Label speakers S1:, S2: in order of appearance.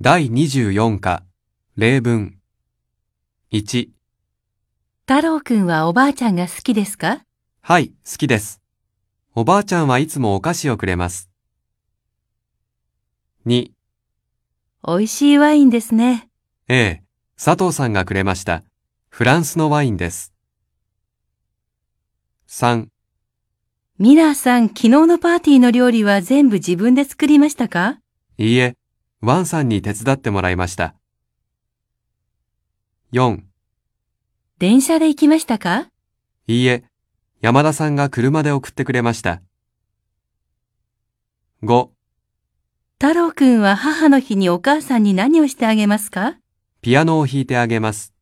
S1: 第24課、例文。1、
S2: 太郎くんはおばあちゃんが好きですか
S1: はい、好きです。おばあちゃんはいつもお菓子をくれます。2、
S2: 美味しいワインですね。
S1: ええ、佐藤さんがくれました。フランスのワインです。3、
S2: ミラーさん、昨日のパーティーの料理は全部自分で作りましたか
S1: いいえ、ワンさんに手伝ってもらいました。4、
S2: 電車で行きましたか
S1: いいえ、山田さんが車で送ってくれました。5、
S2: 太郎くんは母の日にお母さんに何をしてあげますか
S1: ピアノを弾いてあげます。